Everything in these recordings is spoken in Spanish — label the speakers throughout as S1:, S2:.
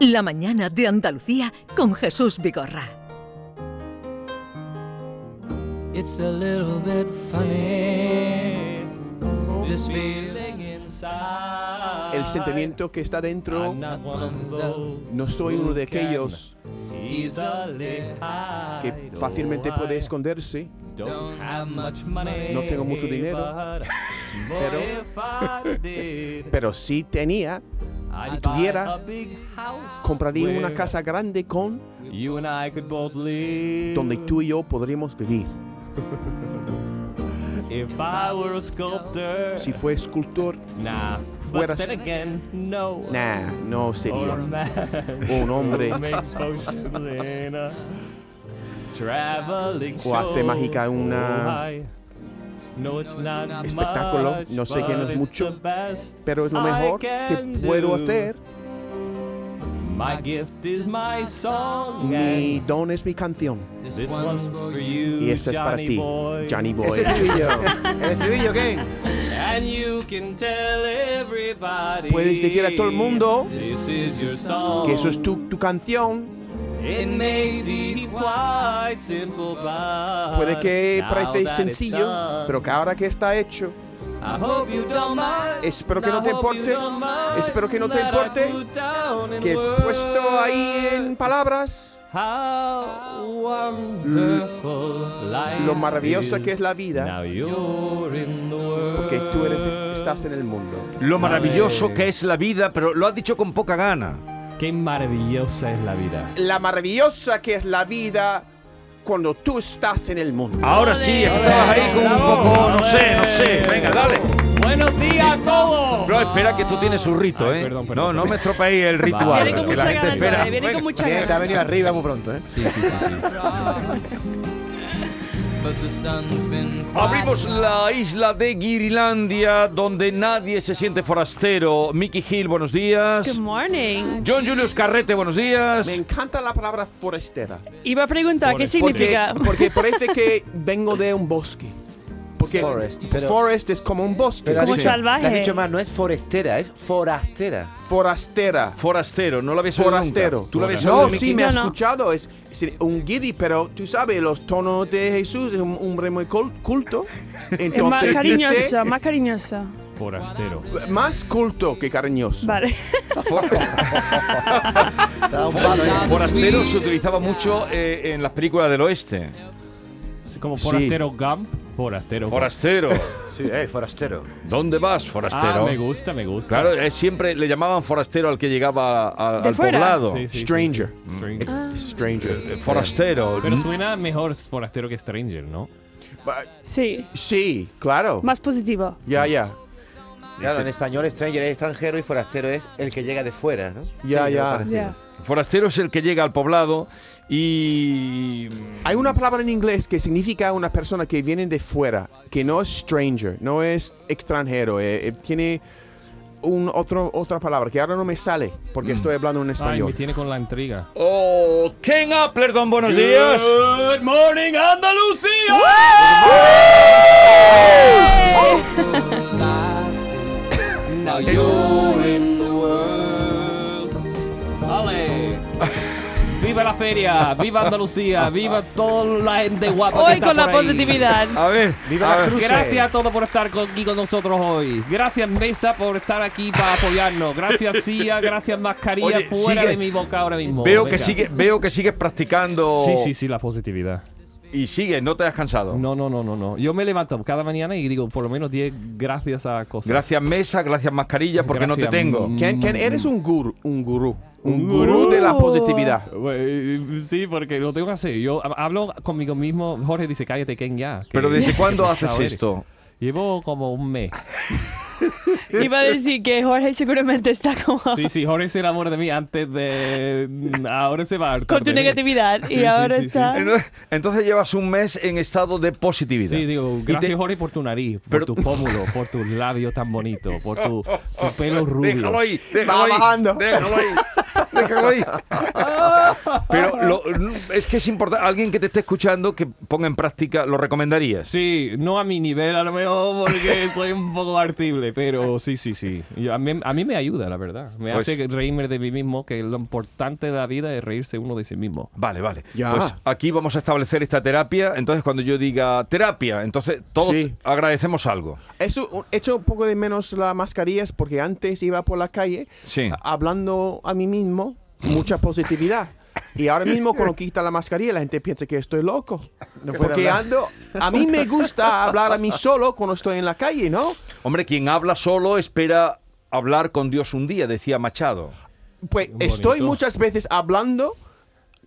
S1: La mañana de Andalucía con Jesús Vigorra.
S2: It's a little bit funny. This feeling
S3: El sentimiento que está dentro,
S2: Ah,
S3: no soy uno de aquellos que fácilmente puede esconderse.
S2: don't have much money.
S3: No tengo mucho dinero,
S2: Pero if I did,
S3: pero si tenía,
S2: I'd
S3: si
S2: buy
S3: tuviera,
S2: a big house
S3: compraría una
S2: where
S3: casa grande con
S2: You and I could both live.
S3: donde tú y yo podríamos vivir.
S2: If I were a sculptor.
S3: Si fue escultor,
S2: nah.
S3: fueras-
S2: But then again, no.
S3: nah, no
S2: Or a
S3: sería
S2: man.
S3: un hombre
S2: makes potions in a traveling
S3: O hace
S2: show.
S3: mágica una-
S2: Oh, hi. No, it's not
S3: espectáculo,
S2: much,
S3: no sé qué, no es
S2: but it's
S3: mucho,
S2: the best
S3: pero es lo
S2: I
S3: mejor
S2: can
S3: que puedo
S2: do.
S3: hacer.
S2: My gift is my song.
S3: Mi
S2: and
S3: don es mi canción.
S2: this one's for you,
S3: Y esa es para
S2: Johnny
S3: ti,
S2: boy.
S3: Johnny Boy.
S4: Ese estribillo. El estribillo, ¿qué?
S2: And you can tell everybody.
S3: Puedes decir a todo el mundo
S2: This is your song.
S3: que eso es tu, tu canción.
S2: It may seem quite simple, but
S3: Puede que
S2: now
S3: parece
S2: that it's
S3: sencillo,
S2: done,
S3: pero que ahora que está hecho,
S2: I hope you don't mind.
S3: Espero que
S2: I
S3: no te
S2: hope
S3: importe,
S2: you don't mind
S3: espero que no te
S2: that I
S3: importe
S2: put down in
S3: que he puesto ahí en
S2: words
S3: palabras
S2: How wonderful life
S3: lo maravillosa
S2: is.
S3: que es la vida,
S2: Now you're in the
S3: porque tú eres,
S2: world.
S3: estás en el mundo.
S5: Lo maravilloso
S2: Dale.
S5: que es la vida, pero lo has dicho con poca gana.
S2: Qué maravillosa es la vida.
S3: La maravillosa que es la vida cuando tú estás en el
S4: Ah,
S3: mundo.
S5: Ahora sí, estabas ahí con un poco, no sé, no sé. Venga, dale.
S2: Buenos días a todos.
S5: No, espera que esto tiene su rito,
S2: Ay,
S5: ¿eh?
S2: perdón, perdón,
S5: No, no
S2: perdón.
S5: me estropeéis el
S2: Vale,
S5: ritual.
S6: Viene con
S5: que la
S6: mucha
S5: gente
S6: ganas,
S5: espera.
S6: Johnny, viene con mucha
S4: Bien, Te ha
S6: ganas.
S4: venido arriba muy pronto, ¿eh?
S2: Ah,
S5: Abrimos la isla de Guirilandia, donde nadie se siente forastero. Mickey Hill, buenos
S6: Good
S5: días.
S6: morning.
S5: John Julius Carrete, buenos
S3: Me
S5: días.
S3: encanta la palabra forastera.
S6: Iba a preguntar qué
S3: Porque,
S6: significa.
S3: porque parece que vengo de un bosque. Porque
S4: Forest,
S3: forest,
S4: pero-
S3: es como un bosque.
S4: Pero has
S6: Como
S4: dicho-
S6: salvaje.
S4: Has dicho más, no es forestera, es forastera.
S3: Forastera.
S5: Forastero, no lo habías oído nunca.
S3: Forastero.
S5: ¿Tú lo habías oído,
S3: no,
S5: Mickey?
S3: sí, me
S6: Yo
S3: he
S6: no.
S3: escuchado. Es, es un guiri, pero tú sabes, los tonos de Jesús es un hombre muy cul- culto. Entonces
S6: Es más
S3: dice-
S6: cariñoso, más cariñoso.
S2: Forastero.
S3: más culto que cariñoso.
S6: Vale.
S4: Está un palo, ¿eh?
S5: Forastero se utilizaba mucho eh, en las películas del oeste.
S2: Como
S3: Sí.
S2: forastero Gump. Forastero. Gump.
S5: Forastero.
S4: Sí, eh, forastero.
S5: ¿Dónde vas,
S2: Ah,
S5: forastero?
S2: me gusta, me gusta.
S5: Claro, eh, siempre le llamaban forastero al que llegaba a-
S6: De
S5: al
S6: fuera.
S5: poblado.
S2: Sí, sí, sí, sí.
S3: Stranger.
S2: Stranger.
S3: Stranger.
S5: Eh, Forastero.
S2: Pero suena mejor forastero que Stranger, ¿no?
S3: Ba-
S6: Sí,
S3: Sí, claro.
S6: más positivo.
S3: Ya, ya.
S4: Claro, en español stranger es extranjero y forastero es el que llega de fuera, ¿no?
S3: Ya,
S4: algo
S3: ya.
S4: parecido.
S6: Ya.
S5: Forastero es el que llega al poblado y.
S3: Hay una palabra en inglés que significa una persona que viene de fuera, que no es stranger, no es extranjero, eh, eh, tiene un otro, otra palabra que ahora no me sale porque estoy hablando en
S2: Mm. Ay, me
S3: español.
S2: tiene con la intriga.
S5: ¡Oh! Ken Appler, don buenos días.
S2: Good morning, Andalucía. Oh, Now you're in the world. Ale. Viva la feria, viva Andalucía, viva toda la gente guapa. que
S6: Hoy
S2: oh, está
S6: con la
S2: por ahí. Ah,
S6: positividad.
S5: A ver,
S4: ¡Viva la cruce!
S2: Gracias a todos por estar con- aquí con nosotros hoy. Gracias Mesa por estar aquí para apoyarnos. Gracias Cia, gracias Mascarilla
S5: Oye,
S2: fuera
S5: sigue-
S2: de mi boca ahora mismo.
S5: veo que,
S2: Oh, Venga.
S5: sigue, veo que sigues practicando.
S2: Sí, sí, sí, la positividad.
S5: Y sigues, no te has cansado.
S2: No, no, no, no, no. Yo me levanto cada mañana y digo por lo menos 10 gracias a cosas.
S5: Gracias, mesa, gracias, mascarilla, porque no te
S2: Gracias,
S5: tengo.
S2: mm.
S3: Ken, Ken, eres un gurú, un gurú, un
S2: Un
S3: gurú
S2: gurú.
S3: de la positividad.
S2: Eh, Sí, porque lo tengo que hacer. Yo ha- hablo conmigo mismo. Jorge dice, cállate, Ken, ya. que-
S5: Pero ¿desde cuándo
S2: que
S5: haces
S2: saber".
S5: esto?
S2: Llevo como un mes.
S6: Iba a decir que Jorge seguramente está como
S2: Sí, sí, Jorge se enamora de mí antes de... Ahora se va al
S6: con tu
S2: corte.
S6: negatividad
S2: Sí,
S6: y
S2: sí,
S6: ahora
S2: sí, sí.
S6: está.
S5: Entonces, entonces llevas un mes en estado de positividad.
S2: Sí, digo,
S5: Y te-
S2: gracias Jorge por tu nariz, por
S5: Pero-
S2: tu pómulo, por tus labios tan bonitos, por tu, tu pelo rubio.
S5: Déjalo ahí, déjalo
S3: Va
S5: ahí.
S3: bajando.
S5: Déjalo ahí. Déjalo ahí. Pero lo- es que es importante, alguien que te esté escuchando que ponga en práctica, ¿lo recomendarías?
S2: Sí, no a mi nivel, a lo mejor porque soy un poco artible, pero sí, sí, sí. Yo- a, mí, a mí me ayuda, la verdad. Me
S5: Pues-
S2: hace reírme de mí mismo, que lo importante de la vida es reírse uno de sí mismo.
S5: Vale, vale.
S3: Ya.
S5: Pues aquí vamos a establecer esta terapia. Entonces, cuando yo diga terapia, entonces todos
S3: Sí.
S5: agradecemos algo.
S3: Eso, un- echo un poco de menos las mascarillas porque antes iba por la calle
S5: Sí.
S3: a- hablando a mí mismo mucha positividad. Y ahora mismo cuando quita la mascarilla la gente piensa que estoy loco.
S4: puede
S3: porque
S4: hablar.
S3: ando... A mí me gusta hablar a mí solo cuando estoy en la calle, ¿no?
S5: Hombre, quien habla solo espera hablar con Dios un día, decía Machado.
S3: Pues
S2: Bonito.
S3: estoy muchas veces hablando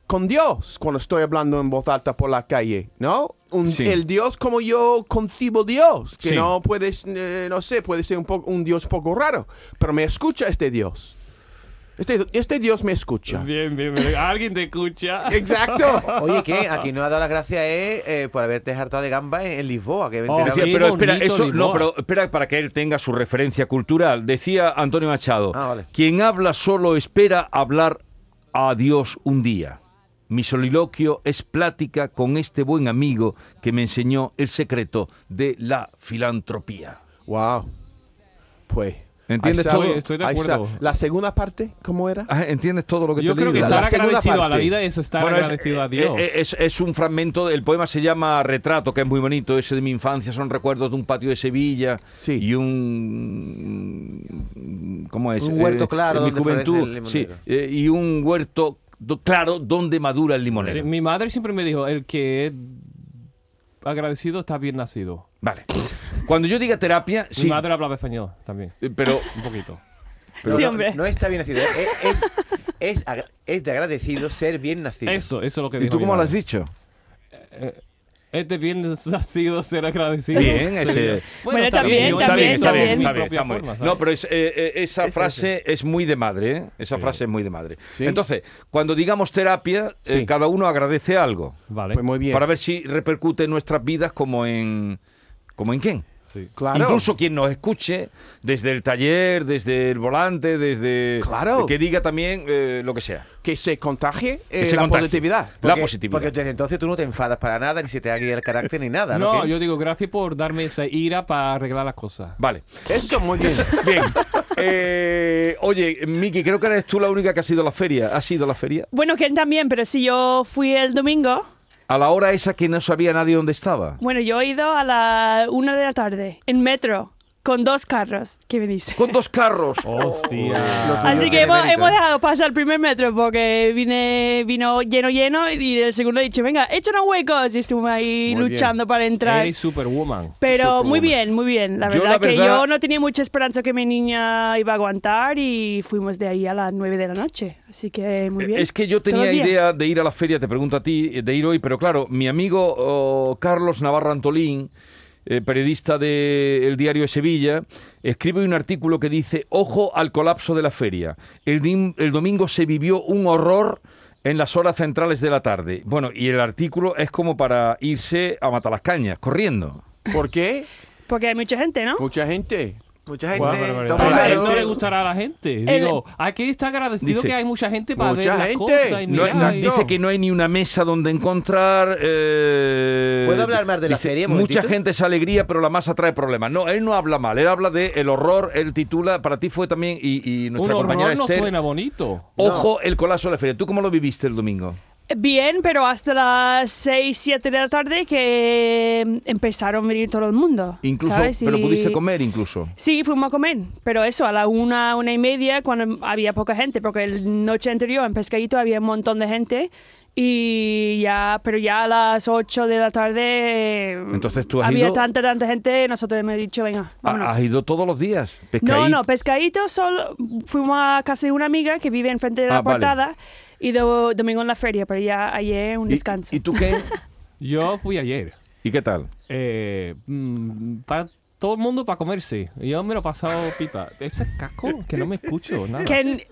S3: con Dios cuando estoy hablando en voz alta por la calle, ¿no? Un-
S5: Sí.
S3: El Dios como yo concibo Dios, que
S5: Sí.
S3: no puedes, eh, no sé, puede ser un, poco, un Dios poco raro, pero me escucha este Dios. Este, este Dios me escucha.
S2: Bien, bien, bien. Alguien te escucha.
S3: Exacto.
S4: Oye, que aquí nos ha dado las gracias eh, eh, por haberte hartado de gamba en, en Lisboa. Que me he
S2: Oh,
S4: enterado
S5: Decía,
S2: qué
S4: que-
S5: pero espera,
S2: bonito
S5: eso no,
S2: Lisboa.
S5: pero espera para que él tenga su referencia cultural. Decía Antonio Machado,
S4: Ah, vale.
S5: quien habla solo espera hablar a Dios un día. Mi soliloquio es plática con este buen amigo que me enseñó el secreto de la filantropía.
S3: Wow. Pues.
S5: ¿Entiendes
S3: ahí está.
S5: todo?
S2: Estoy de
S3: Ahí está.
S2: acuerdo.
S3: La segunda parte, ¿cómo era?
S5: Ah, ¿Entiendes todo lo que
S2: Yo
S5: te he
S2: creo que
S5: leído?
S2: estar
S3: La segunda
S2: agradecido a la
S3: parte.
S2: vida es estar
S5: Bueno, es-
S2: agradecido a
S5: eh,
S2: Dios.
S5: eh, Es, es un fragmento, el poema se llama Retrato, que es muy bonito, ese de mi infancia, son recuerdos de un patio de Sevilla
S3: Sí.
S5: y un... ¿Cómo es?
S4: Un huerto claro
S5: de mi
S4: donde florece
S5: juventud,
S4: el
S5: sí,
S4: limonero.
S5: eh, y un huerto do- claro donde madura el limonero.
S2: Sí, eh, mi madre siempre me dijo, el que es agradecido está bien nacido.
S5: Vale. Cuando yo diga terapia, sí,
S2: Mi madre hablaba español también,
S5: eh, pero...
S2: un poquito.
S4: pero
S6: Sí,
S4: no-
S6: hombre.
S4: No está bien nacido. eh, Es, es, agra- es de agradecido ser bien nacido.
S2: Eso, eso es lo que
S5: ¿Y
S2: dijo
S5: tú
S2: mi
S5: cómo lo has
S2: madre.
S5: dicho?
S2: Este bien nacido ser agradecido.
S5: Bien,
S2: Sí.
S5: ese...
S6: Bueno, también,
S2: yo
S5: Está bien, está
S2: también,
S5: bien,
S2: mi
S5: está
S2: propia
S5: bien, está muy bien.
S2: forma,
S5: No,
S2: ¿sabes?
S5: pero es, eh, eh, esa frase es muy de madre, ¿eh? Esa frase es muy de madre. Entonces, cuando digamos terapia, eh,
S3: Sí.
S5: cada uno agradece algo.
S2: Vale.
S3: Pues muy bien.
S5: Para ver si repercute en nuestras vidas como en... ¿Como en quién?
S2: Sí.
S3: Claro.
S5: Incluso quien nos escuche, desde el taller, desde el volante, desde...
S3: Claro.
S5: Que diga también eh, lo que sea.
S3: Que se contagie eh,
S5: Que se
S3: la
S5: contagie.
S3: positividad.
S5: La
S4: Porque-
S5: positividad.
S4: Porque desde entonces tú no te enfadas para nada, ni se te ha guiado el carácter ni nada.
S2: no,
S4: ¿Qué?
S2: yo digo gracias por darme esa ira para arreglar las cosas.
S5: Vale.
S3: Eso muy bien.
S5: Bien. Eh, oye, Miki, creo que eres tú la única que ha sido a la feria. ¿Has sido a la feria?
S6: Bueno, Ken también, pero si yo fui el domingo,
S5: A la hora esa que no sabía nadie dónde estaba.
S6: bueno, yo he ido a la una de la tarde en metro con dos carros. ¿Qué me dice?
S5: Con dos carros.
S2: Hostia.
S5: Ah,
S6: Así que
S4: tiene
S6: hemos,
S4: mérito,
S6: hemos
S4: ¿eh?
S6: dejado pasar el primer metro porque vine, vino lleno, lleno y el segundo he dicho, venga, echa unos huecos y estuvimos
S3: Muy
S6: ahí
S3: bien.
S6: luchando para entrar.
S2: Eres superwoman.
S6: Pero
S5: Superwoman.
S6: muy bien, muy bien. La
S5: Yo,
S6: verdad,
S5: la
S6: que
S5: verdad-
S6: yo no tenía mucha esperanza que mi niña iba a aguantar y fuimos de ahí a las 9 de la noche. Así que muy bien.
S5: Eh, Es que yo tenía
S6: Todo bien.
S5: idea de ir a la feria, te pregunto a ti, de ir hoy, pero claro, mi amigo oh, Carlos Navarro Antolín, eh, periodista del diario de Sevilla, escribe un artículo que dice, ojo al colapso de la feria. El, dim- el domingo se vivió un horror en las horas centrales de la tarde. Bueno, y el artículo es como para irse a matar las cañas, corriendo.
S3: ¿Por qué?
S6: Porque hay mucha gente, ¿no?
S3: Mucha gente.
S4: Mucha gente.
S2: Guau, barbaridad.
S4: toma
S2: Pero
S4: la
S2: a él
S4: gente.
S2: no le gustará a la gente.
S6: El-
S2: Digo, aquí está agradecido
S5: Dice-
S2: que hay mucha gente para
S3: Mucha
S2: ver
S3: gente.
S2: las cosas y
S5: No,
S2: mirar.
S3: Exacto.
S2: y-
S5: dice que no hay ni una mesa donde encontrar. eh,
S4: ¿Puedo hablar más de la
S5: dice,
S4: feria, un
S5: Mucha
S4: momentito?
S5: gente es alegría, pero la masa trae problemas. No, él no habla mal, él habla de el horror, él titula, para ti fue también, y, y
S2: Un
S5: nuestra compañera
S2: horror no
S5: Esther.
S2: suena bonito.
S5: Ojo, el colapso de la feria. ¿Tú cómo lo viviste el domingo?
S6: Bien, pero hasta las 6, 7 de la tarde que mm, empezaron a venir todo el mundo.
S5: Incluso,
S6: ¿sabes?
S5: pero
S6: Y-
S5: pudiste comer incluso.
S6: Sí, fuimos a comer, pero eso, a la una, una y media, cuando había poca gente, porque la noche anterior en Pescadito había un montón de gente, y ya, pero ya a las ocho de la tarde
S5: Entonces, ¿tú has
S6: había
S5: ido?
S6: tanta, tanta gente, nosotros hemos dicho, venga, vámonos.
S5: Ha- Has ido todos los días.
S6: no,
S5: pescaíto.
S6: no, Pescadito solo, fuimos a casa de una amiga que vive enfrente de la
S5: Ah, vale.
S6: portada, y do- domingo en la feria, pero ya ayer un
S5: ¿Y-
S6: descanso.
S5: ¿Y, tú qué?
S2: Yo fui ayer.
S5: ¿Y qué tal?
S2: Eh, mm, para todo el mundo para comerse. Yo me lo he pasado pipa. Ese casco que no me escucho nada.
S6: Ken,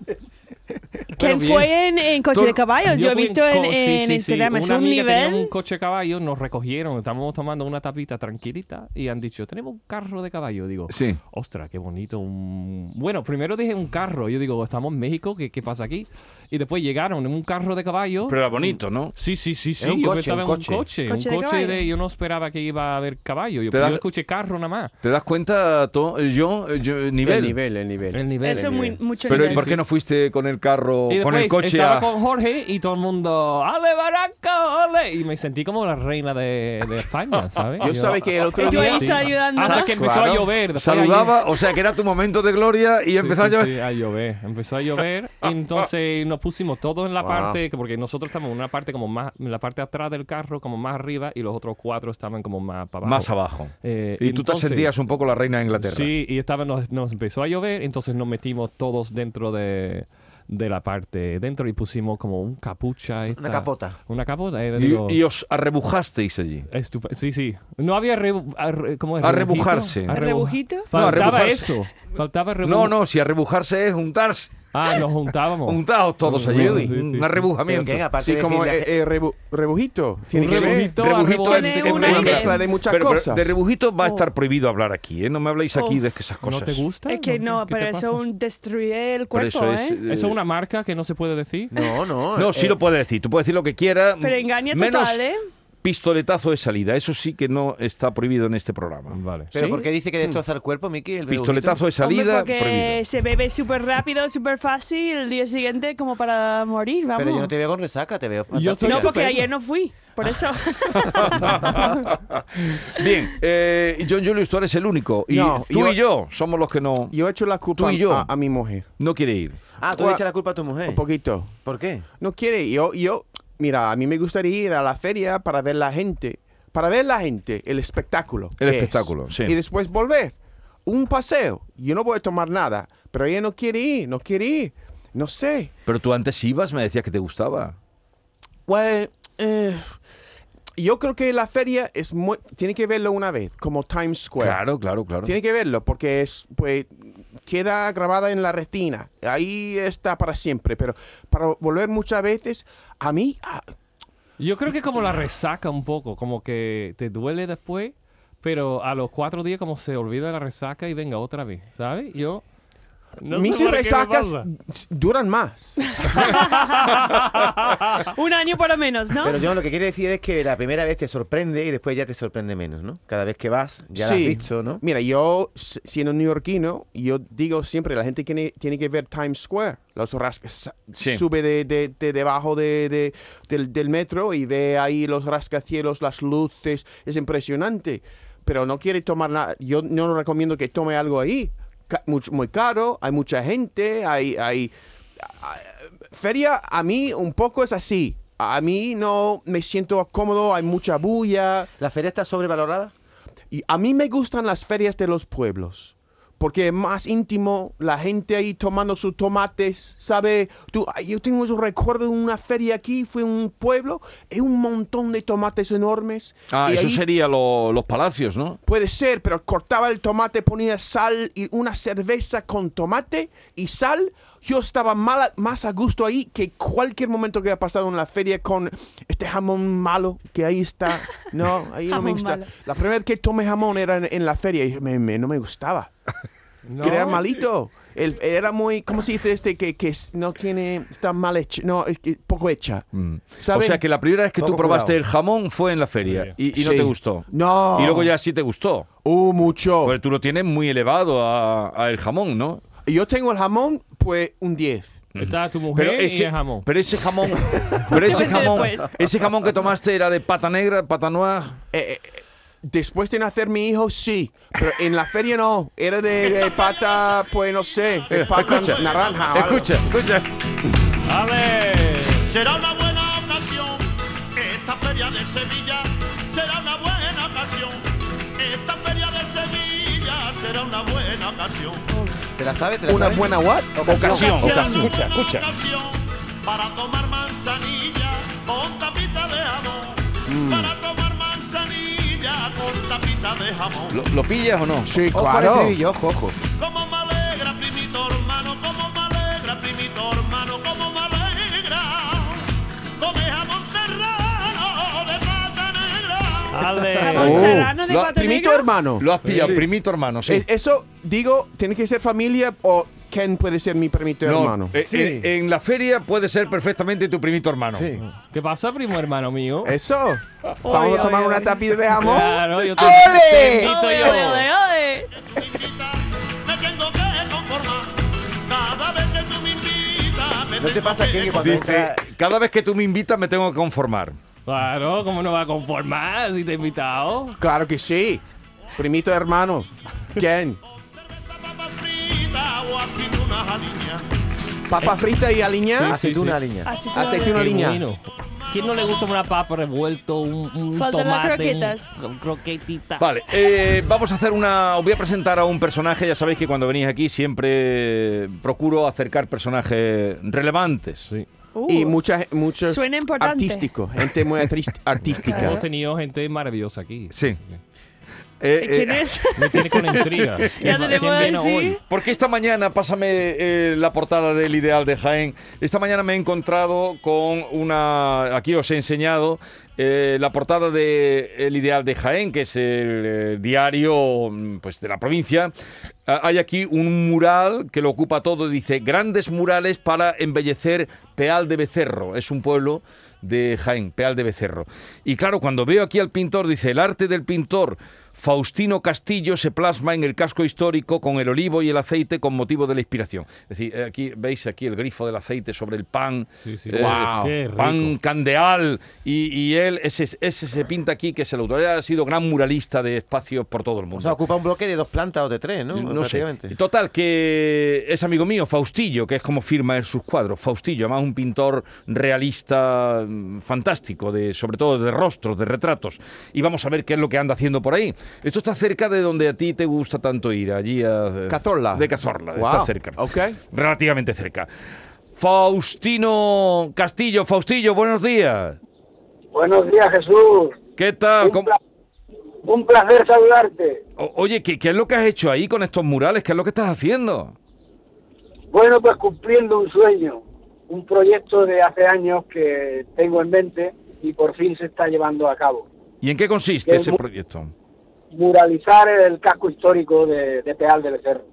S6: ¿Quién
S2: bien.
S6: fue en, en coche
S5: Todo-
S6: de caballos? Yo, he
S2: fui
S6: visto en,
S2: co- sí,
S6: en
S2: sí, sí.
S6: Instagram, es
S2: Una
S6: un
S2: amiga tenía
S6: nivel.
S2: un coche de caballo, nos recogieron, estábamos tomando una tapita tranquilita y han dicho, tenemos un carro de caballo. Digo,
S5: Sí.
S2: ostras, qué bonito. un- Bueno, primero dije un carro. Yo digo, estamos en México, ¿qué, qué pasa aquí? Y después llegaron en un carro de caballo.
S5: Pero era bonito, ¿no?
S2: Sí, sí, sí, sí.
S4: un
S2: yo
S4: coche,
S2: pensaba
S4: un
S2: en
S4: coche.
S2: un coche.
S6: Coche de
S2: un coche
S6: caballo.
S2: de, Yo no esperaba que iba a haber caballo. Yo,
S5: Te das-
S2: yo escuché carro nada más.
S5: ¿Te das cuenta, To- yo, yo- nivel? Eh,
S3: El nivel, el nivel.
S2: El nivel.
S6: Eso es
S2: el
S6: muy,
S2: nivel.
S6: mucho
S5: Pero ¿y
S6: nivel.
S5: por qué no fuiste con el carro,
S2: Y
S5: con el
S2: después
S5: coche
S2: estaba
S5: a-
S2: con Jorge y todo el mundo, ¡Ale, Barranca, ole! Y me sentí como la reina de, de España, ¿sabes?
S3: Yo sabe que el otro
S6: Y tú ahí
S3: día...
S2: Sí.
S6: ayudando.
S2: Hasta que empezó
S5: Claro.
S2: a llover. después
S5: Saludaba, o sea que era tu momento de gloria y
S2: ahí-
S5: empezaba
S2: Sí, sí,
S5: a
S2: sí, a llover. Empezó a llover. y entonces nos pusimos todos en la
S3: Wow.
S2: parte, que- porque nosotros estamos en una parte como más, en la parte de atrás del carro, como más arriba, y los otros cuatro estaban como más para abajo.
S5: más abajo.
S2: Eh,
S5: y tú te
S2: entonces-
S5: sentías un poco la reina de Inglaterra.
S2: Sí, y estaba, nos, nos empezó a llover, entonces nos metimos todos dentro de, de la parte dentro y pusimos como un capucha. esta-
S4: Una capota.
S2: Una capota. eh, era, digo,
S5: Y, y os arrebujasteis allí.
S2: estupe- sí, sí. No había... rebu- arre- ¿Cómo es?
S5: Arrebujarse.
S2: ¿Rebujito? Arrebu-
S6: ¿Rebujito?
S2: Faltaba
S5: arrebujarse.
S2: eso. Faltaba rebu-
S5: No, no, si arrebujarse es juntarse,
S2: Ah, nos juntábamos.
S5: juntados todos allí.
S2: Really? Sí, sí,
S5: un
S2: sí.
S4: Pero
S5: arrebujamiento.
S4: que aparte
S3: Sí,
S4: de
S3: como
S5: eh,
S4: decirle a-
S3: el, el rebu- rebujito. Tiene
S2: Un
S3: que ver.
S2: rebujito,
S5: Rebujito
S2: arrebujito.
S5: es-
S6: Tiene
S5: es
S6: un
S5: muy
S3: Una
S6: aire.
S5: bien.
S3: mezcla de muchas
S5: Pero- pero
S3: cosas.
S5: de rebujito va a
S6: Oh.
S5: estar prohibido hablar aquí, ¿eh? No me habléis aquí de esas cosas.
S2: ¿No te gusta?
S6: Es que no,
S2: ¿Qué te
S6: pero
S2: pasa?
S6: eso un destruir el
S5: Pero
S6: cuerpo,
S5: eso es,
S6: ¿eh?
S5: eh,
S2: ¿Eso es una marca que no se puede decir?
S4: No, no.
S5: No, sí
S4: eh,
S5: lo puedes decir. Tú puedes decir lo que quieras.
S6: Pero engaña
S5: eh, menos
S6: total, ¿eh?
S5: Pistoletazo de salida. Eso sí que no está prohibido en este programa.
S2: Vale.
S4: Pero
S3: ¿Sí?
S4: ¿por qué dice que destroza el cuerpo, Miki? El
S5: Pistoletazo de
S6: Hombre,
S5: salida
S6: porque
S5: prohibido.
S6: se bebe súper rápido, súper fácil, el día siguiente como para morir, vamos.
S4: Pero yo no te veo con resaca, te veo
S2: Yo estoy-
S6: No,
S4: fantástica.
S6: porque
S2: estupendo.
S6: ayer no fui, por eso.
S5: Bien, eh, John Julius, tú eres el único. Y
S3: No,
S5: tú
S3: yo-
S5: y yo somos los que no,
S3: Yo he hecho la culpa
S5: Tú y yo.
S3: A, a mi mujer.
S5: no quiere ir.
S4: Ah, tú le echas la culpa a tu mujer.
S3: Un poquito.
S4: ¿Por qué?
S3: No quiere. Yo, yo, mira, a mí me gustaría ir a la feria para ver la gente. Para ver la gente, el espectáculo.
S5: El
S3: que es.
S5: espectáculo, sí.
S3: Y después volver. Un paseo. Yo no voy a tomar nada. Pero ella no quiere ir, no quiere ir. No sé.
S5: Pero tú antes ibas, me decías que te gustaba.
S3: Well, eh, yo creo que la feria es muy, tiene que verlo una vez, como Times Square.
S5: claro, claro, claro.
S3: Tiene que verlo porque es pues queda grabada en la retina. Ahí está para siempre, pero para volver muchas veces a mí ah,
S2: Yo creo que como la resaca un poco, como que te duele después, pero a los cuatro días como se olvida la resaca y venga otra vez, ¿sabes? Yo... no
S3: mis
S2: sé por qué me
S3: resacas
S2: pasa.
S3: duran más.
S6: Un año por lo menos, ¿no?
S4: Pero yo lo que quiere decir es que la primera vez te sorprende y después ya te sorprende menos, ¿no? Cada vez que vas, ya lo has
S3: Sí.
S4: visto, ¿no?
S3: Mira, yo s- siendo neoyorquino, yo digo siempre la gente tiene, tiene que ver Times Square. Los rascas
S5: Sí.
S3: sube de, de- de debajo de- de- del, del metro y ve ahí los rascacielos, las luces, es impresionante. Pero no quiere tomar nada. Yo no recomiendo que tome algo ahí. Ca- much- muy caro, hay mucha gente, hay, hay a- feria a mí un poco es así. A mí no me siento cómodo, hay mucha bulla.
S4: ¿La feria está sobrevalorada?
S3: Y a mí me gustan las ferias de los pueblos. Porque es más íntimo, la gente ahí tomando sus tomates, ¿sabe? Tú, ay, yo tengo un recuerdo de una feria aquí, fue un pueblo, y un montón de tomates enormes.
S5: Ah,
S3: y
S5: eso
S3: ahí
S5: sería lo- los palacios, ¿no?
S3: Puede ser, pero cortaba el tomate, ponía sal y una cerveza con tomate y sal. Yo estaba mala- más a gusto ahí que cualquier momento que haya pasado en la feria con este jamón malo que ahí está. No, ahí no me
S6: Jamón
S3: gusta.
S6: malo.
S3: La primera vez que tomé jamón era en, en la feria y me- me- no me gustaba.
S2: No,
S3: Que era malito. El- era muy, ¿cómo se dice este? Que, que es- no tiene, está mal hecho. No, es que poco hecha.
S5: Mm. O
S3: ¿Sabe?
S5: sea que la primera vez que tú
S4: Poco
S5: probaste
S4: cuidado.
S5: el jamón fue en la feria y, y no
S3: Sí.
S5: te gustó.
S3: No.
S5: Y luego ya sí te gustó.
S3: Uh, mucho.
S5: Porque tú lo tienes muy elevado a, a el jamón, ¿no?
S3: Yo tengo el jamón, pues un 10.
S2: Está tu mujer y el jamón.
S5: pero ese jamón, pero ese
S6: Justamente
S5: jamón,
S6: después.
S5: ese jamón que tomaste era de pata negra, pata noir.
S3: Eh, eh, después de nacer mi hijo, sí. Pero en la feria no. Era de, de pata, pues no sé. De pata
S5: escucha,
S3: naranja. o algo.
S5: Escucha, escucha.
S2: ¡Ale!
S7: Será una buena ocasión esta feria de Sevilla. Será una buena ocasión esta feria de Sevilla. Será una buena ocasión.
S4: ¿Te la sabes? ¿Te la
S3: Una
S4: sabes?
S3: buena what?
S5: Ocasión.
S7: Será
S5: ocasión.
S7: una buena ocasión para tomar manzanilla con tapita de jamón. Para tomar manzanilla con tapita de jamón.
S5: ¿Lo, lo pillas o no?
S3: Sí,
S4: Ojo al
S3: claro.
S4: estribillo, ojo, ojo.
S7: Como me alegra, primito hermano, como me alegra, primito hermano, como me
S2: alcalde.
S4: Eh,
S6: Ramón
S5: Oh.
S6: Serrano de
S5: Lo-
S6: Cuatro
S3: Primito
S6: Negros.
S3: hermano.
S5: Lo has pillado,
S3: Sí.
S5: primito hermano, sí.
S3: Eh, Eso, digo, ¿tiene que ser familia o quién puede ser mi primito
S5: No,
S3: hermano?
S5: eh,
S4: Sí.
S5: en, en la feria puede ser perfectamente tu primito hermano.
S4: Sí.
S2: ¿Qué pasa, primo hermano mío?
S3: Eso. Vamos a tomar
S6: oy,
S3: una
S6: oy.
S3: tapita de jamón.
S2: Claro, yo te,
S3: ¡Ole!
S2: te invito
S6: Ole,
S2: yo.
S6: ole, ole, ole.
S7: tú me invitas, me tengo que conformar. Cada vez que tú me invitas, me
S4: ¿No te
S7: tengo
S4: pasa que, que cuando
S5: Dice,
S4: entra-
S5: cada vez que tú me invitas me tengo que conformar.
S2: Claro, ¿cómo no va a conformar si te he invitado?
S3: Claro que sí. Primito hermano. ¿Quién?
S7: papas fritas o aceitunas aliñas.
S3: Papa frita y aliña.
S2: Sí, sí,
S4: aceituna
S2: sí.
S4: niña?
S6: Así que
S3: Aceituna
S2: Qué
S3: liña.
S2: bueno. ¿Quién no le gusta una papa revuelto, un, un
S6: Faltan las
S2: tomate, un-
S6: croquetas.
S2: un croquetita?
S5: Vale, eh, vamos a hacer una. Os voy a presentar a un personaje. Ya sabéis que cuando venís aquí siempre procuro acercar personajes relevantes.
S6: Uh,
S3: Y muchas, muchos
S6: Suena importante.
S3: artísticos. Gente muy artist-
S2: Hemos
S3: artística.
S2: tenido gente maravillosa aquí.
S5: Sí. Eh,
S6: ¿y ¿Quién
S4: eh,
S6: es?
S2: Me tiene con intriga.
S6: ya
S2: ¿Quién-
S6: tenemos
S2: quién
S6: a
S2: viene
S6: decir.
S2: hoy?
S5: Porque esta mañana, pásame eh, la portada del Ideal de Jaén, esta mañana me he encontrado con una, aquí os he enseñado eh, la portada de El Ideal de Jaén, que es el eh, diario mm, pues, de la provincia. Ah, hay aquí un mural que lo ocupa todo, dice, grandes murales para embellecer Peal de Becerro, es un pueblo de Jaén, Peal de Becerro. Y claro, cuando veo aquí al pintor, dice, el arte del pintor Faustino Castillo se plasma en el casco histórico con el olivo y el aceite con motivo de la inspiración. Es decir, eh, aquí veis aquí el grifo del aceite sobre el pan,
S2: Sí, sí.
S5: eh,
S2: Guau, qué rico.
S5: pan candeal, y, y él, ese, ese se pinta aquí, que es el autor, Él ha sido gran muralista de espacios por todo el mundo.
S4: O sea, ocupa un bloque de dos plantas o de tres, ¿no?
S5: No sé.
S4: Prácticamente.
S5: Total, que es amigo mío, Faustillo, que es como firma en sus cuadros. Faustillo, además un pintor realista mm, fantástico, de, sobre todo de rostros, de retratos. Y vamos a ver qué es lo que anda haciendo por ahí. Esto está cerca de donde a ti te gusta tanto ir, allí a... eh,
S3: Cazorla.
S5: De Cazorla, está
S3: Wow,
S5: cerca.
S3: ok.
S5: Relativamente cerca. Faustino Castillo, Faustillo, buenos días.
S8: Buenos días, Jesús.
S5: ¿Qué tal?
S8: Un,
S5: Ah, ¿Cómo-
S8: pla- un placer saludarte.
S5: O- Oye, ¿qué, ¿qué es lo que has hecho ahí con estos murales? ¿Qué es lo que estás haciendo?
S8: Bueno, pues cumpliendo un sueño, un proyecto de hace años que tengo en mente y por fin se está llevando a cabo.
S5: ¿Y en qué consiste
S8: Que
S5: ese
S8: mu-
S5: proyecto?
S8: Muralizar el casco histórico de, de Peal de Becerro.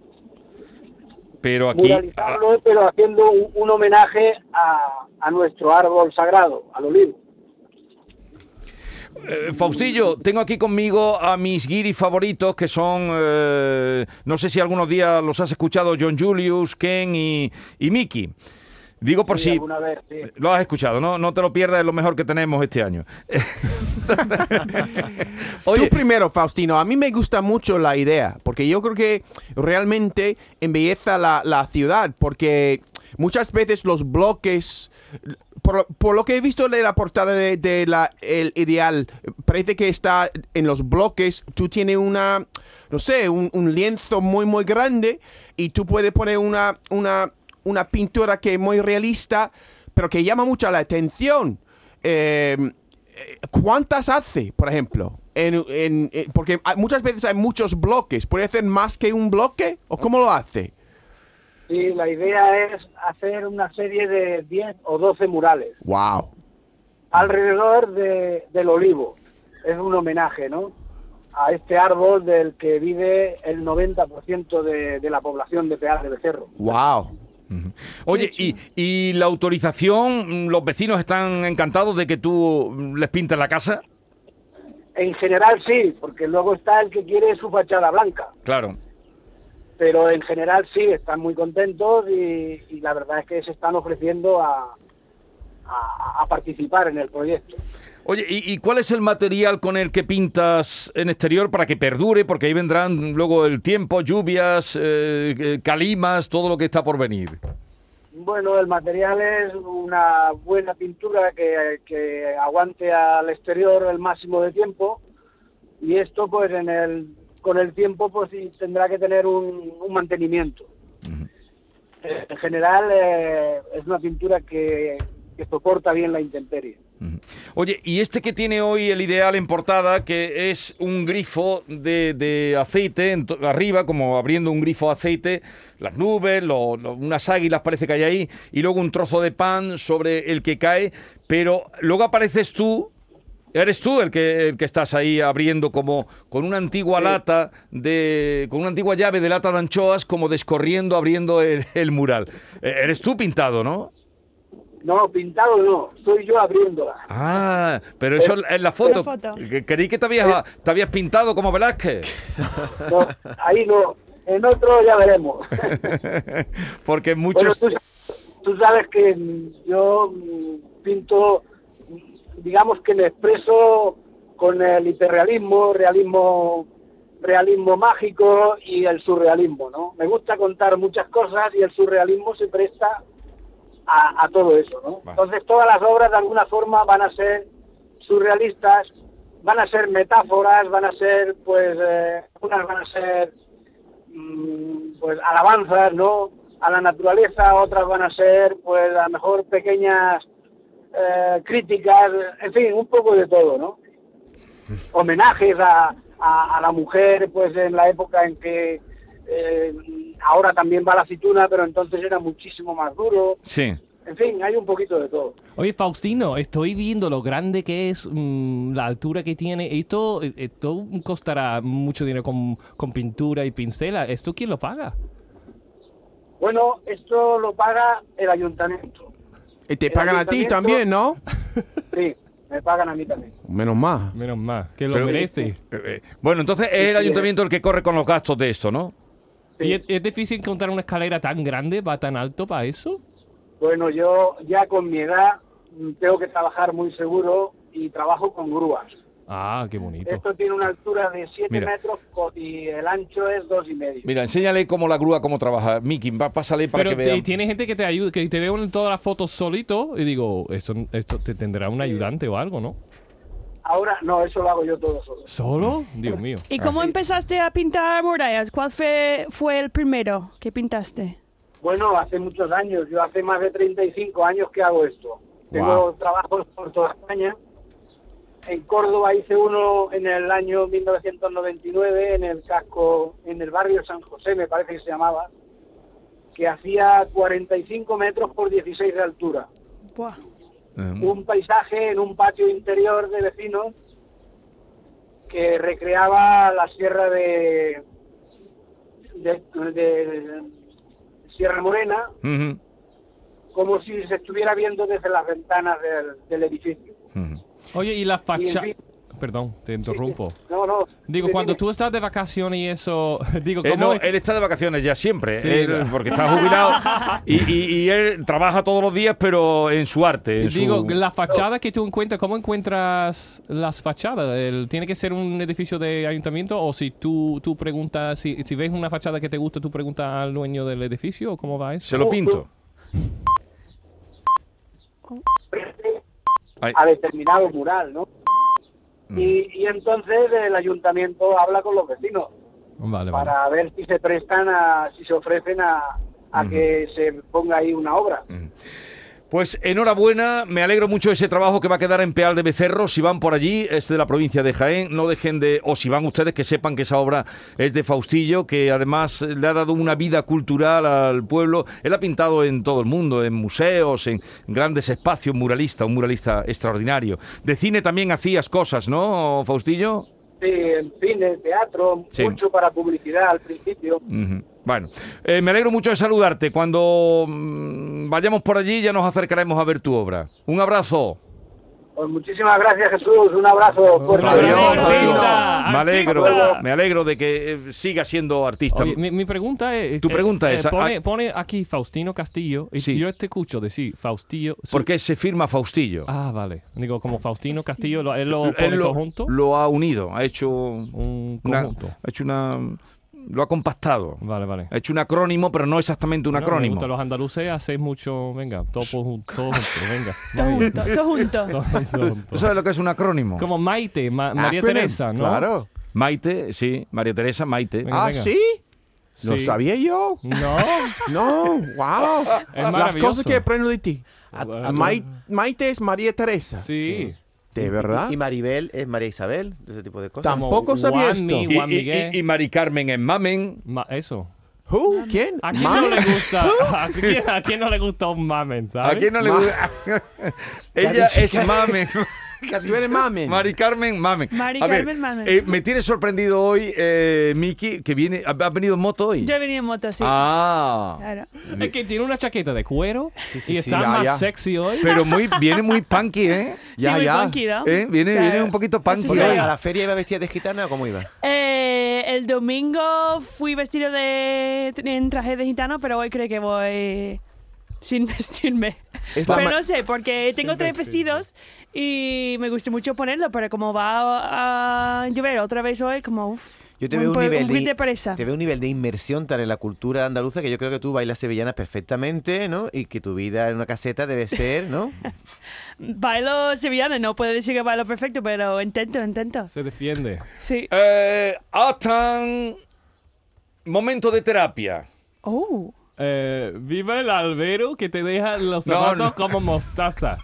S5: Pero aquí. ah,
S8: Muralizarlo, pero haciendo un, un homenaje a, a nuestro árbol sagrado, al olivo.
S5: eh, Faustillo, tengo aquí conmigo a mis guiris favoritos que son. eh, no sé si algunos días los has escuchado, John Julius, Ken y, y Mickey. Digo por
S8: Sí,
S5: si.
S8: alguna vez, sí.
S5: Lo has escuchado, ¿no? No te lo pierdas, es lo mejor que tenemos este año.
S3: Tú primero, Faustino. A mí me gusta mucho la idea, porque yo creo que realmente embelleza la, la ciudad, porque muchas veces los bloques, por, por lo que he visto de la portada de, de la, el ideal, parece que está en los bloques, tú tienes una, no sé, un, un lienzo muy, muy grande y tú puedes poner una, una, una pintura que es muy realista, pero que llama mucho la atención. Eh, eh, ¿cuántas hace, por ejemplo? En- en- eh, porque hay- muchas veces hay muchos bloques. ¿Puede hacer más que un bloque? ¿O cómo lo hace?
S8: Sí, la idea es hacer una serie de 10 o 12 murales
S3: ¡Wow!
S8: alrededor de- del olivo. Es un homenaje, ¿no? A este árbol del que vive el 90% de, de la población de Peal de Becerro.
S3: ¡Wow!
S5: Oye, y, y la autorización? ¿Los vecinos están encantados de que tú les pintes la casa?
S8: En general sí, porque luego está el que quiere su fachada blanca,
S5: Claro.
S8: pero en general sí, están muy contentos y, y la verdad es que se están ofreciendo a, a- a participar en el proyecto.
S5: Oye, ¿y, y cuál es el material con el que pintas en exterior para que perdure? Porque ahí vendrán luego el tiempo, lluvias, eh, eh, calimas, todo lo que está por venir.
S8: Bueno, el material es una buena pintura que, que aguante al exterior el máximo de tiempo y esto pues en el, con el tiempo pues sí tendrá que tener un, un mantenimiento. Eh, En general eh, es una pintura que, que soporta bien la intemperie.
S5: Ujú. Oye, y este que tiene hoy el ideal en portada, que es un grifo de, de aceite en to- arriba, como abriendo un grifo de aceite, las nubes, lo- lo- unas águilas parece que hay ahí, y luego un trozo de pan sobre el que cae, pero luego apareces tú Eres tú el que, el que estás ahí abriendo como con una antigua lata de. con una antigua llave de lata de anchoas, como descorriendo, abriendo el, el mural. E- Eres tú pintado, ¿no?
S8: No, pintado no, soy yo abriéndola.
S5: Ah, pero eso
S8: Eh,
S5: es la foto.
S6: La foto.
S5: Que- Creí que te habías, te habías pintado como Velázquez.
S8: No, ahí no, en otro ya veremos.
S5: Porque
S8: Bueno,
S5: muchos.
S8: tú, tú sabes que mm, yo mm, pinto, mm, digamos que me expreso con el hiperrealismo, realismo, realismo mágico y el surrealismo, ¿no? Me gusta contar muchas cosas y el surrealismo se presta a, a todo eso, ¿no?
S5: Vale.
S8: Entonces todas las obras de alguna forma van a ser surrealistas, van a ser metáforas, van a ser, pues, eh, unas van a ser mm, pues alabanzas no a la naturaleza otras van a ser pues a lo mejor pequeñas eh, críticas en fin un poco de todo no homenajes a, a- a la mujer pues en la época en que eh, ahora también va la aceituna pero entonces era muchísimo más duro
S5: Sí. Eh,
S8: en fin hay un poquito de todo
S2: Oye, Faustino, estoy viendo lo grande que es, mm, la altura que tiene. Esto, eh, esto costará mucho dinero con, con pintura y pincela. ¿Esto quién lo paga?
S8: bueno esto lo paga el ayuntamiento
S3: Y te
S8: El
S3: pagan a ti
S8: ayuntamiento-
S3: también, ¿no?
S8: sí me pagan a mí también
S3: Menos más.
S2: Menos mal, que lo
S5: Pero-
S2: merece.
S5: Eh, eh, Bueno, entonces es el
S8: sí, eh.
S5: ayuntamiento el que corre con los gastos de esto, ¿no?
S8: Sí.
S2: ¿Y es, es difícil encontrar una escalera tan grande, va tan alto para eso?
S8: Bueno, yo ya con mi edad mm, tengo que trabajar muy seguro y trabajo con grúas.
S2: Ah, qué bonito.
S8: Esto tiene una altura de 7
S5: Mira.
S8: metros co- y el ancho es dos y medio.
S5: Mira, enséñale cómo la grúa, cómo trabaja. Miki, va, pásale para
S2: Pero
S5: que
S2: te-
S5: vean.
S2: tiene gente que te ayuda, que te veo en todas las fotos solito y digo, esto, esto te tendrá un ayudante o algo, ¿no?
S8: Ahora, no, eso lo hago yo todo solo.
S2: ¿Solo? Dios mío.
S6: ¿Y
S4: ah,
S6: cómo empezaste a pintar murallas? ¿Cuál fue, fue el primero que pintaste?
S8: Bueno, hace muchos años, yo hace más de 35 años que hago esto. Tengo
S3: Guau.
S8: trabajos por toda España. En Córdoba hice uno en el año 1999 en el casco, en el barrio San José, me parece que se llamaba, que hacía 45 metros por 16 de altura.
S6: Buah.
S2: Mm.
S5: Eh,
S8: un paisaje en un patio interior de vecinos que recreaba la sierra de, de, de Sierra Morena
S5: ujú,
S8: como si se estuviera viendo desde las ventanas del, del edificio.
S5: ujú.
S2: Oye, y la fachada...
S8: fin-
S2: Perdón, te interrumpo.
S8: No, no.
S2: Digo,
S8: dime,
S2: cuando
S8: dime.
S2: tú estás de vacaciones y eso... Digo,
S5: Eh,
S2: ¿cómo
S5: no,
S2: es?
S5: él está de vacaciones ya siempre,
S2: Sí,
S5: él,
S2: claro.
S5: porque está jubilado y, y- y él trabaja todos los días, pero en su arte. en su-
S2: Digo, la fachada que tú encuentras, ¿cómo encuentras las fachadas? El- ¿Tiene que ser un edificio de ayuntamiento o si tú, tú preguntas, si, si ves una fachada que te gusta, tú preguntas al dueño del edificio o cómo va eso?
S8: Uh,
S5: Se lo pinto. Ay,
S8: a determinado mural, ¿no?
S2: Mm.
S8: Y, y entonces el ayuntamiento habla con los vecinos.
S2: Vale, vale.
S8: para ver si se prestan a, si se ofrecen a, a que se ponga ahí una obra.
S5: Pues enhorabuena, me alegro mucho de ese trabajo que va a quedar en Peal de Becerro. Si van por allí, es de la provincia de Jaén, no dejen de, o si van ustedes, que sepan que esa obra es de Faustillo, que además le ha dado una vida cultural al pueblo. Él ha pintado en todo el mundo, en museos, en grandes espacios, muralista, un muralista extraordinario. De cine también hacías cosas, ¿no, Faustillo?
S8: Sí, en cine, teatro,
S5: Sí. Mm.
S8: mucho para publicidad al principio.
S5: Ujú. Bueno, eh, me alegro mucho de saludarte. Cuando mm, vayamos por allí ya nos acercaremos a ver tu obra. Un abrazo.
S8: Pues muchísimas gracias Jesús, un abrazo fuerte.
S3: abrazo. Adiós,
S2: artista,
S5: Me alegro,
S2: artista.
S5: me alegro de que eh, siga siendo artista.
S2: Oye, mi, mi pregunta es... eh,
S5: Tu pregunta es,
S2: pone,
S5: ah,
S2: pone aquí Faustino Castillo y
S5: Sí.
S2: yo te escucho decir Faustillo... su-
S5: ¿Por qué se firma Faustillo?
S2: Ah, vale. Digo, como Faustino Castillo, lo- él lo pone
S5: Él
S2: todo
S5: lo,
S2: junto.
S5: lo ha unido, ha hecho un
S2: Un conjunto.
S5: ha hecho una, lo ha compactado,
S2: Vale, vale.
S5: ha hecho un acrónimo, pero no exactamente un
S2: No, me
S5: acrónimo.
S2: gusta, los andaluces hacéis mucho, venga, todo junto, todo junto, venga.
S6: Todo
S2: muy bien.
S6: junto, todo junto.
S2: Todo- todo junto.
S5: ¿Tú sabes Ah, lo que es un acrónimo?
S2: Como Maite, Ma- María
S3: Acronym,
S2: Teresa, ¿no?
S3: Ah, Claro.
S5: Maite, sí, María Teresa, Maite.
S2: Venga.
S3: Ah, ¿sí? Lo
S2: Sí.
S3: sabía yo.
S2: No.
S3: No, wow. Las
S2: maravilloso.
S3: cosas que aprendo de ti.
S4: A-
S3: Ah,
S4: a-
S3: Mai- Maite es María Teresa.
S2: Sí.
S4: y-
S3: ¿De verdad?
S4: Y, y Maribel es María Isabel, de ese tipo de cosas.
S3: Tam- Tampoco
S2: Como
S3: sabía
S2: Juanmi,
S3: esto.
S5: Y,
S2: Juan
S5: y-
S2: Miguel.
S5: y- y Mari Carmen es Mamen.
S2: Ma- eso.
S3: Who? ¿Quién?
S2: ¿A quién no
S3: Mami.
S2: le gusta? ¿A quién, a quién no le gusta un mamen,
S5: ¿A
S2: sabes?
S5: quién no le
S3: Ma-
S5: gusta? Ella es Mamen.
S4: ¿Qué has
S3: Tú eres
S4: dicho?
S3: mamen.
S5: Mari Carmen Mamen.
S6: Mari
S5: A ver,
S6: Carmen Mamen.
S5: eh, me tiene sorprendido hoy, eh, Miki, que viene. ¿ha- ¿Has venido en moto hoy?
S6: Yo venía en moto, sí.
S5: Ah.
S6: Claro.
S2: Es que tiene una chaqueta de cuero
S3: sí,
S2: y
S3: sí,
S2: está
S3: ya,
S2: más
S3: ya.
S2: sexy hoy.
S5: Pero muy, viene muy punky, ¿eh?
S6: Sí, muy punky, ¿no?
S5: Eh, Viene,
S6: Claro.
S5: viene un poquito
S6: Así
S5: punky.
S6: soy
S4: Porque,
S5: hoy.
S6: yo.
S4: ¿A la feria iba vestida de gitana o cómo iba?
S6: Eh, el domingo fui vestido de en traje de gitano, pero hoy creo que voy sin vestirme.
S3: Es la
S6: Pero
S3: ma-
S6: no sé, porque tengo tres vestidos y me gusta mucho ponerlo, pero como va a, a llover otra vez hoy, como uf,
S4: Yo te
S6: un
S4: veo un
S6: po-
S4: nivel
S6: poquito
S4: de,
S6: de pereza.
S4: te veo un nivel de inmersión tal en la cultura andaluza que yo creo que tú bailas sevillanas perfectamente, ¿no? Y que tu vida en una caseta debe ser, ¿no?
S6: Bailo sevillano, no puedo decir que bailo perfecto, pero intento, intento.
S2: Se defiende.
S6: Sí.
S5: Eh, Atan. Momento de terapia.
S6: Oh.
S2: Eh, viva el albero que te deja los
S5: No,
S2: zapatos
S5: no.
S2: como mostaza.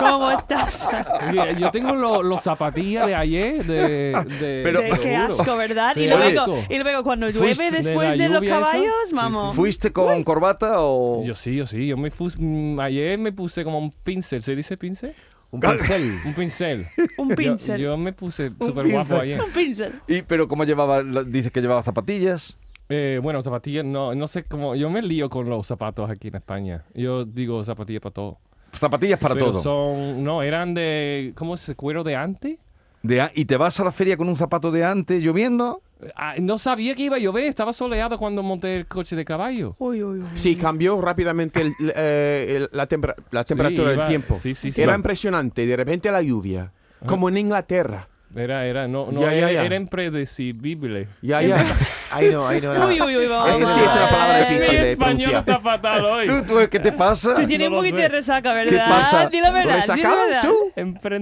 S6: ¿Cómo estás?
S2: Mira, Yo tengo lo- los zapatillas de ayer de... de-
S5: Pero-
S2: de
S6: De- qué
S2: oro.
S6: asco, ¿verdad? Y
S2: Qué
S6: luego,
S2: asco.
S6: y luego cuando
S5: Fuiste
S6: llueve
S5: de la
S6: después de los
S2: lluvia esa.
S6: caballos,
S2: Sí,
S6: vamos.
S5: ¿Fuiste con corbata o.?
S2: Yo sí, yo sí. Yo me fus- mm, ayer me puse como un pincel. ¿Se dice pincel?
S4: Un pincel.
S2: Un pincel.
S6: Un
S2: Yo-
S6: pincel.
S2: Yo, me puse súper guapo
S5: pincel.
S2: ayer.
S6: Un pincel.
S5: Y, pero ¿cómo llevaba? la- Dices que llevaba zapatillas.
S2: Eh, bueno, zapatillas, no, no sé cómo. Yo me lío con los zapatos aquí en España. Yo digo zapatillas para todo.
S5: Zapatillas para
S2: Pero
S5: todo.
S2: son. No, eran de. ¿Cómo es? ¿Cuero de antes?
S5: De a- ¿Y te vas a la feria con un zapato de antes lloviendo?
S2: Ah, no sabía que iba a llover. Estaba soleado cuando monté el coche de caballo.
S6: Uy, uy, uy.
S3: Sí, cambió rápidamente el- el- eh, el- la, tempera- la temperatura
S2: iba-
S3: del tiempo.
S2: sí, sí, sí.
S3: Era impresionante. De repente la lluvia. Como en Inglaterra.
S2: Era, era, no, no,
S3: Ya, ya,
S2: era,
S3: ya.
S2: era impredecible.
S3: Ya, ya.
S4: Ahí no, ahí no. nada.
S6: Uy, uy, uy, vamos.
S3: Eso sí es una palabra
S6: Eh,
S3: difícil
S2: Mi
S3: de
S2: español
S3: pronunciar.
S2: está fatal hoy.
S5: ¿Tú, tú, qué te pasa?
S6: Tú tienes
S2: No lo
S6: un poquito
S2: sé.
S6: de resaca, ¿verdad?
S5: pasa?
S6: Di la verdad. di la
S3: ¿Resacaban
S6: verdad.
S3: tú?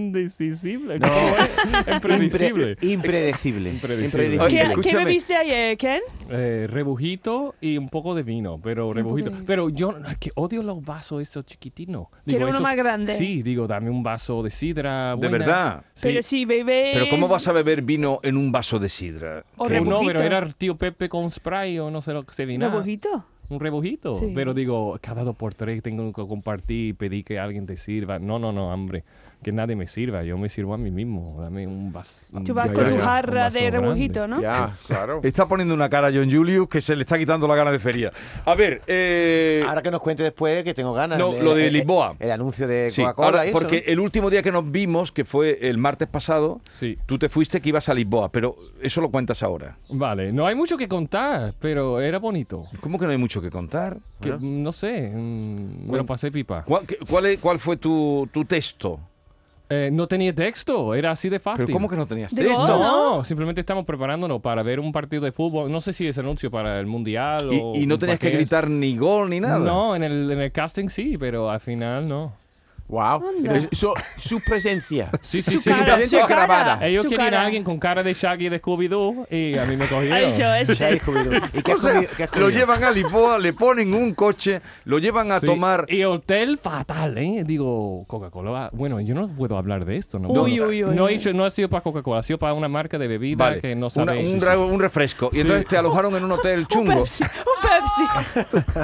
S2: Impredecible.
S4: No.
S2: ¿cómo es? Impredecible.
S4: Impre-
S2: Impredecible.
S4: impredecible.
S3: Impredecible.
S6: ¿Qué,
S5: Oye,
S6: qué
S5: escúchame.
S6: bebiste ayer, Ken?
S2: Eh, rebujito y un poco de vino, pero rebujito.
S6: poco de vino.
S2: Pero yo no, es que odio los vasos esos chiquitinos.
S6: Quiero uno
S2: eso-
S6: más grande.
S2: Sí, digo, dame un vaso de sidra.
S5: ¿De
S2: buena.
S5: verdad?
S2: Sí.
S6: Pero si bebés.
S5: ¿Pero cómo vas a beber vino en un vaso de sidra?
S6: O
S2: Que no, pero
S6: rebujito.
S2: era el tío Pepe con spray o no sé lo que se vino.
S6: ¿Rebujito?
S2: Un rebujito.
S6: Sí.
S2: Pero digo, cada dos por tres tengo que compartir y pedir que alguien te sirva. No, no, no, hombre. Que nadie me sirva. Yo me sirvo a mí mismo. Dame un vaso.
S6: Tú vas
S3: Ya,
S6: con
S3: ya,
S6: tu
S3: ya.
S6: jarra de rebujito, ¿no?
S3: Ya, claro.
S5: Está poniendo una cara a John Julius que se le está quitando la gana de feria. A ver, eh,
S4: Ahora que nos cuente después que tengo ganas.
S5: No,
S4: El-
S5: lo de
S4: el-
S5: Lisboa.
S4: El, anuncio de
S5: sí,
S4: Coca-Cola
S5: ahora,
S4: y eso,
S5: porque
S4: ¿no?
S5: el último día que nos vimos, que fue el martes pasado,
S2: Sí.
S5: tú te fuiste que ibas a Lisboa, pero eso lo cuentas ahora.
S2: Vale, no hay mucho que contar, pero era bonito.
S5: ¿Cómo que no hay mucho que contar?
S2: Que, mm, no sé, mm, me lo pasé pipa.
S5: ¿Cuál, qué- cuál es- cuál fue tu, tu texto?
S2: Eh, no tenía texto, era así de fácil.
S5: ¿Pero cómo que no tenías
S6: Digo,
S5: texto?
S2: No, simplemente estamos preparándonos para ver un partido de fútbol. No sé si es anuncio para el mundial o.
S5: Y, y no tenías que
S2: para qué es.
S5: gritar ni gol ni nada.
S2: No, en el, en el casting sí, pero al final no.
S3: Wow.
S6: Anda.
S3: Es- Su, su presencia.
S2: Sí, sí,
S6: Su
S2: sí.
S6: cara,
S3: Gente
S6: su cara.
S3: grabada.
S2: Ellos
S6: su
S2: querían
S6: cara.
S2: a alguien con cara de Shaggy de Scooby-Doo y a mí me
S6: Ay,
S2: cogieron.
S6: yo,
S4: Ya he
S6: este.
S4: descubierto. ¿Y qué
S5: O
S4: has
S5: sea,
S4: comido? ¿Qué has
S5: lo
S4: comido?
S5: llevan a Lisboa, le ponen un coche, lo llevan a
S2: Sí,
S5: tomar.
S2: Y hotel fatal, ¿eh? Digo, Coca-Cola. va- Bueno, yo no puedo hablar de esto. No,
S6: Uy,
S2: No,
S6: uy, uy.
S2: No, he hecho- no ha sido para Coca-Cola, ha sido para una marca de bebida
S5: Vale,
S2: que no
S5: una-
S2: sabéis.
S5: un,
S2: Sí,
S5: ra-
S2: sí.
S5: un refresco. Y entonces te alojaron en un hotel
S6: Un
S5: chungo.
S6: Pepsi. Un Pepsi.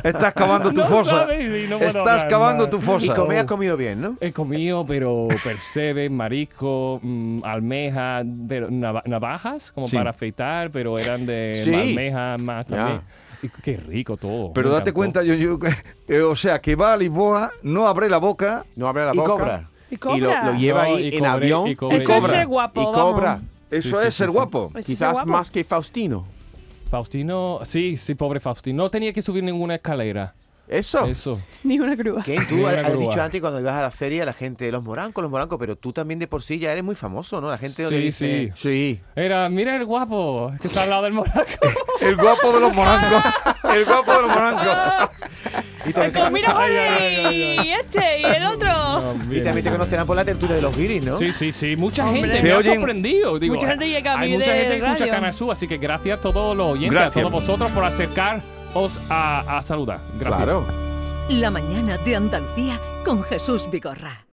S5: Estás cavando tu
S2: No
S5: fosa.
S2: sabéis y no puedo
S5: Estás
S2: hablar
S5: cavando
S2: nada.
S5: tu
S4: Y
S5: fosa.
S4: comer has comido bien, ¿no?
S2: He comido, pero percebe, marisco, mm, almeja, pero nava- navajas como
S5: Sí.
S2: para afeitar, pero eran de
S3: Sí.
S2: almeja más
S3: Ya.
S2: también. Y qué rico todo.
S5: Oh, Pero
S2: me
S5: date
S2: encantó.
S5: cuenta, yo, yo- eh, o sea, que va a Lisboa, no abre la boca.
S3: No abre la
S4: Y
S3: boca.
S4: cobra.
S6: Y
S3: Y lo,
S6: cobra.
S3: lo lleva
S2: No,
S3: ahí
S2: y
S3: en
S2: cobre-
S3: avión.
S2: y cobre.
S3: Y
S6: Eso es
S3: cobra.
S6: ser guapo,
S3: y
S6: vamos.
S3: cobra.
S5: Eso
S2: Sí, sí,
S5: es
S2: sí,
S5: ser
S2: sí.
S5: guapo.
S6: Pues sí,
S3: Quizás
S6: guapo.
S3: más que Faustino.
S2: Faustino, sí, sí, pobre Faustino. No tenía que subir ninguna escalera.
S3: Eso.
S2: Eso.
S6: Ni una grúa.
S4: Que
S2: Ni
S4: tú
S2: una
S4: has, has
S2: grúa.
S4: dicho antes cuando ibas a la feria la gente, los morancos, los morancos, pero tú también de por sí ya eres muy famoso, ¿no? La gente
S2: Sí,
S4: le dice,
S2: sí.
S3: Sí.
S2: Era, mira el guapo que está al lado del monaco.
S5: El guapo de los morancos. El guapo de los morancos.
S4: Y
S6: Ay,
S4: también,
S6: como, mira,
S2: Ay, ay, ay, ay,
S6: Jorge, y este, y el otro.
S4: y también te conocerán por la tertulia de los guiris, ¿no?
S2: Sí, sí, sí. Mucha
S6: Hombre.
S2: gente me
S5: Te
S2: ha
S5: oyen-
S2: sorprendido. Digo,
S6: Mucha gente llega a
S2: hay
S6: mí
S2: mucha
S6: de
S2: gente que escucha
S6: radio.
S2: Canasú, así que gracias a todos los oyentes,
S5: Gracias.
S2: a todos vosotros por acercaros a, a saludar. Gracias.
S3: Claro.
S1: La mañana de Andalucía con Jesús Vigorra.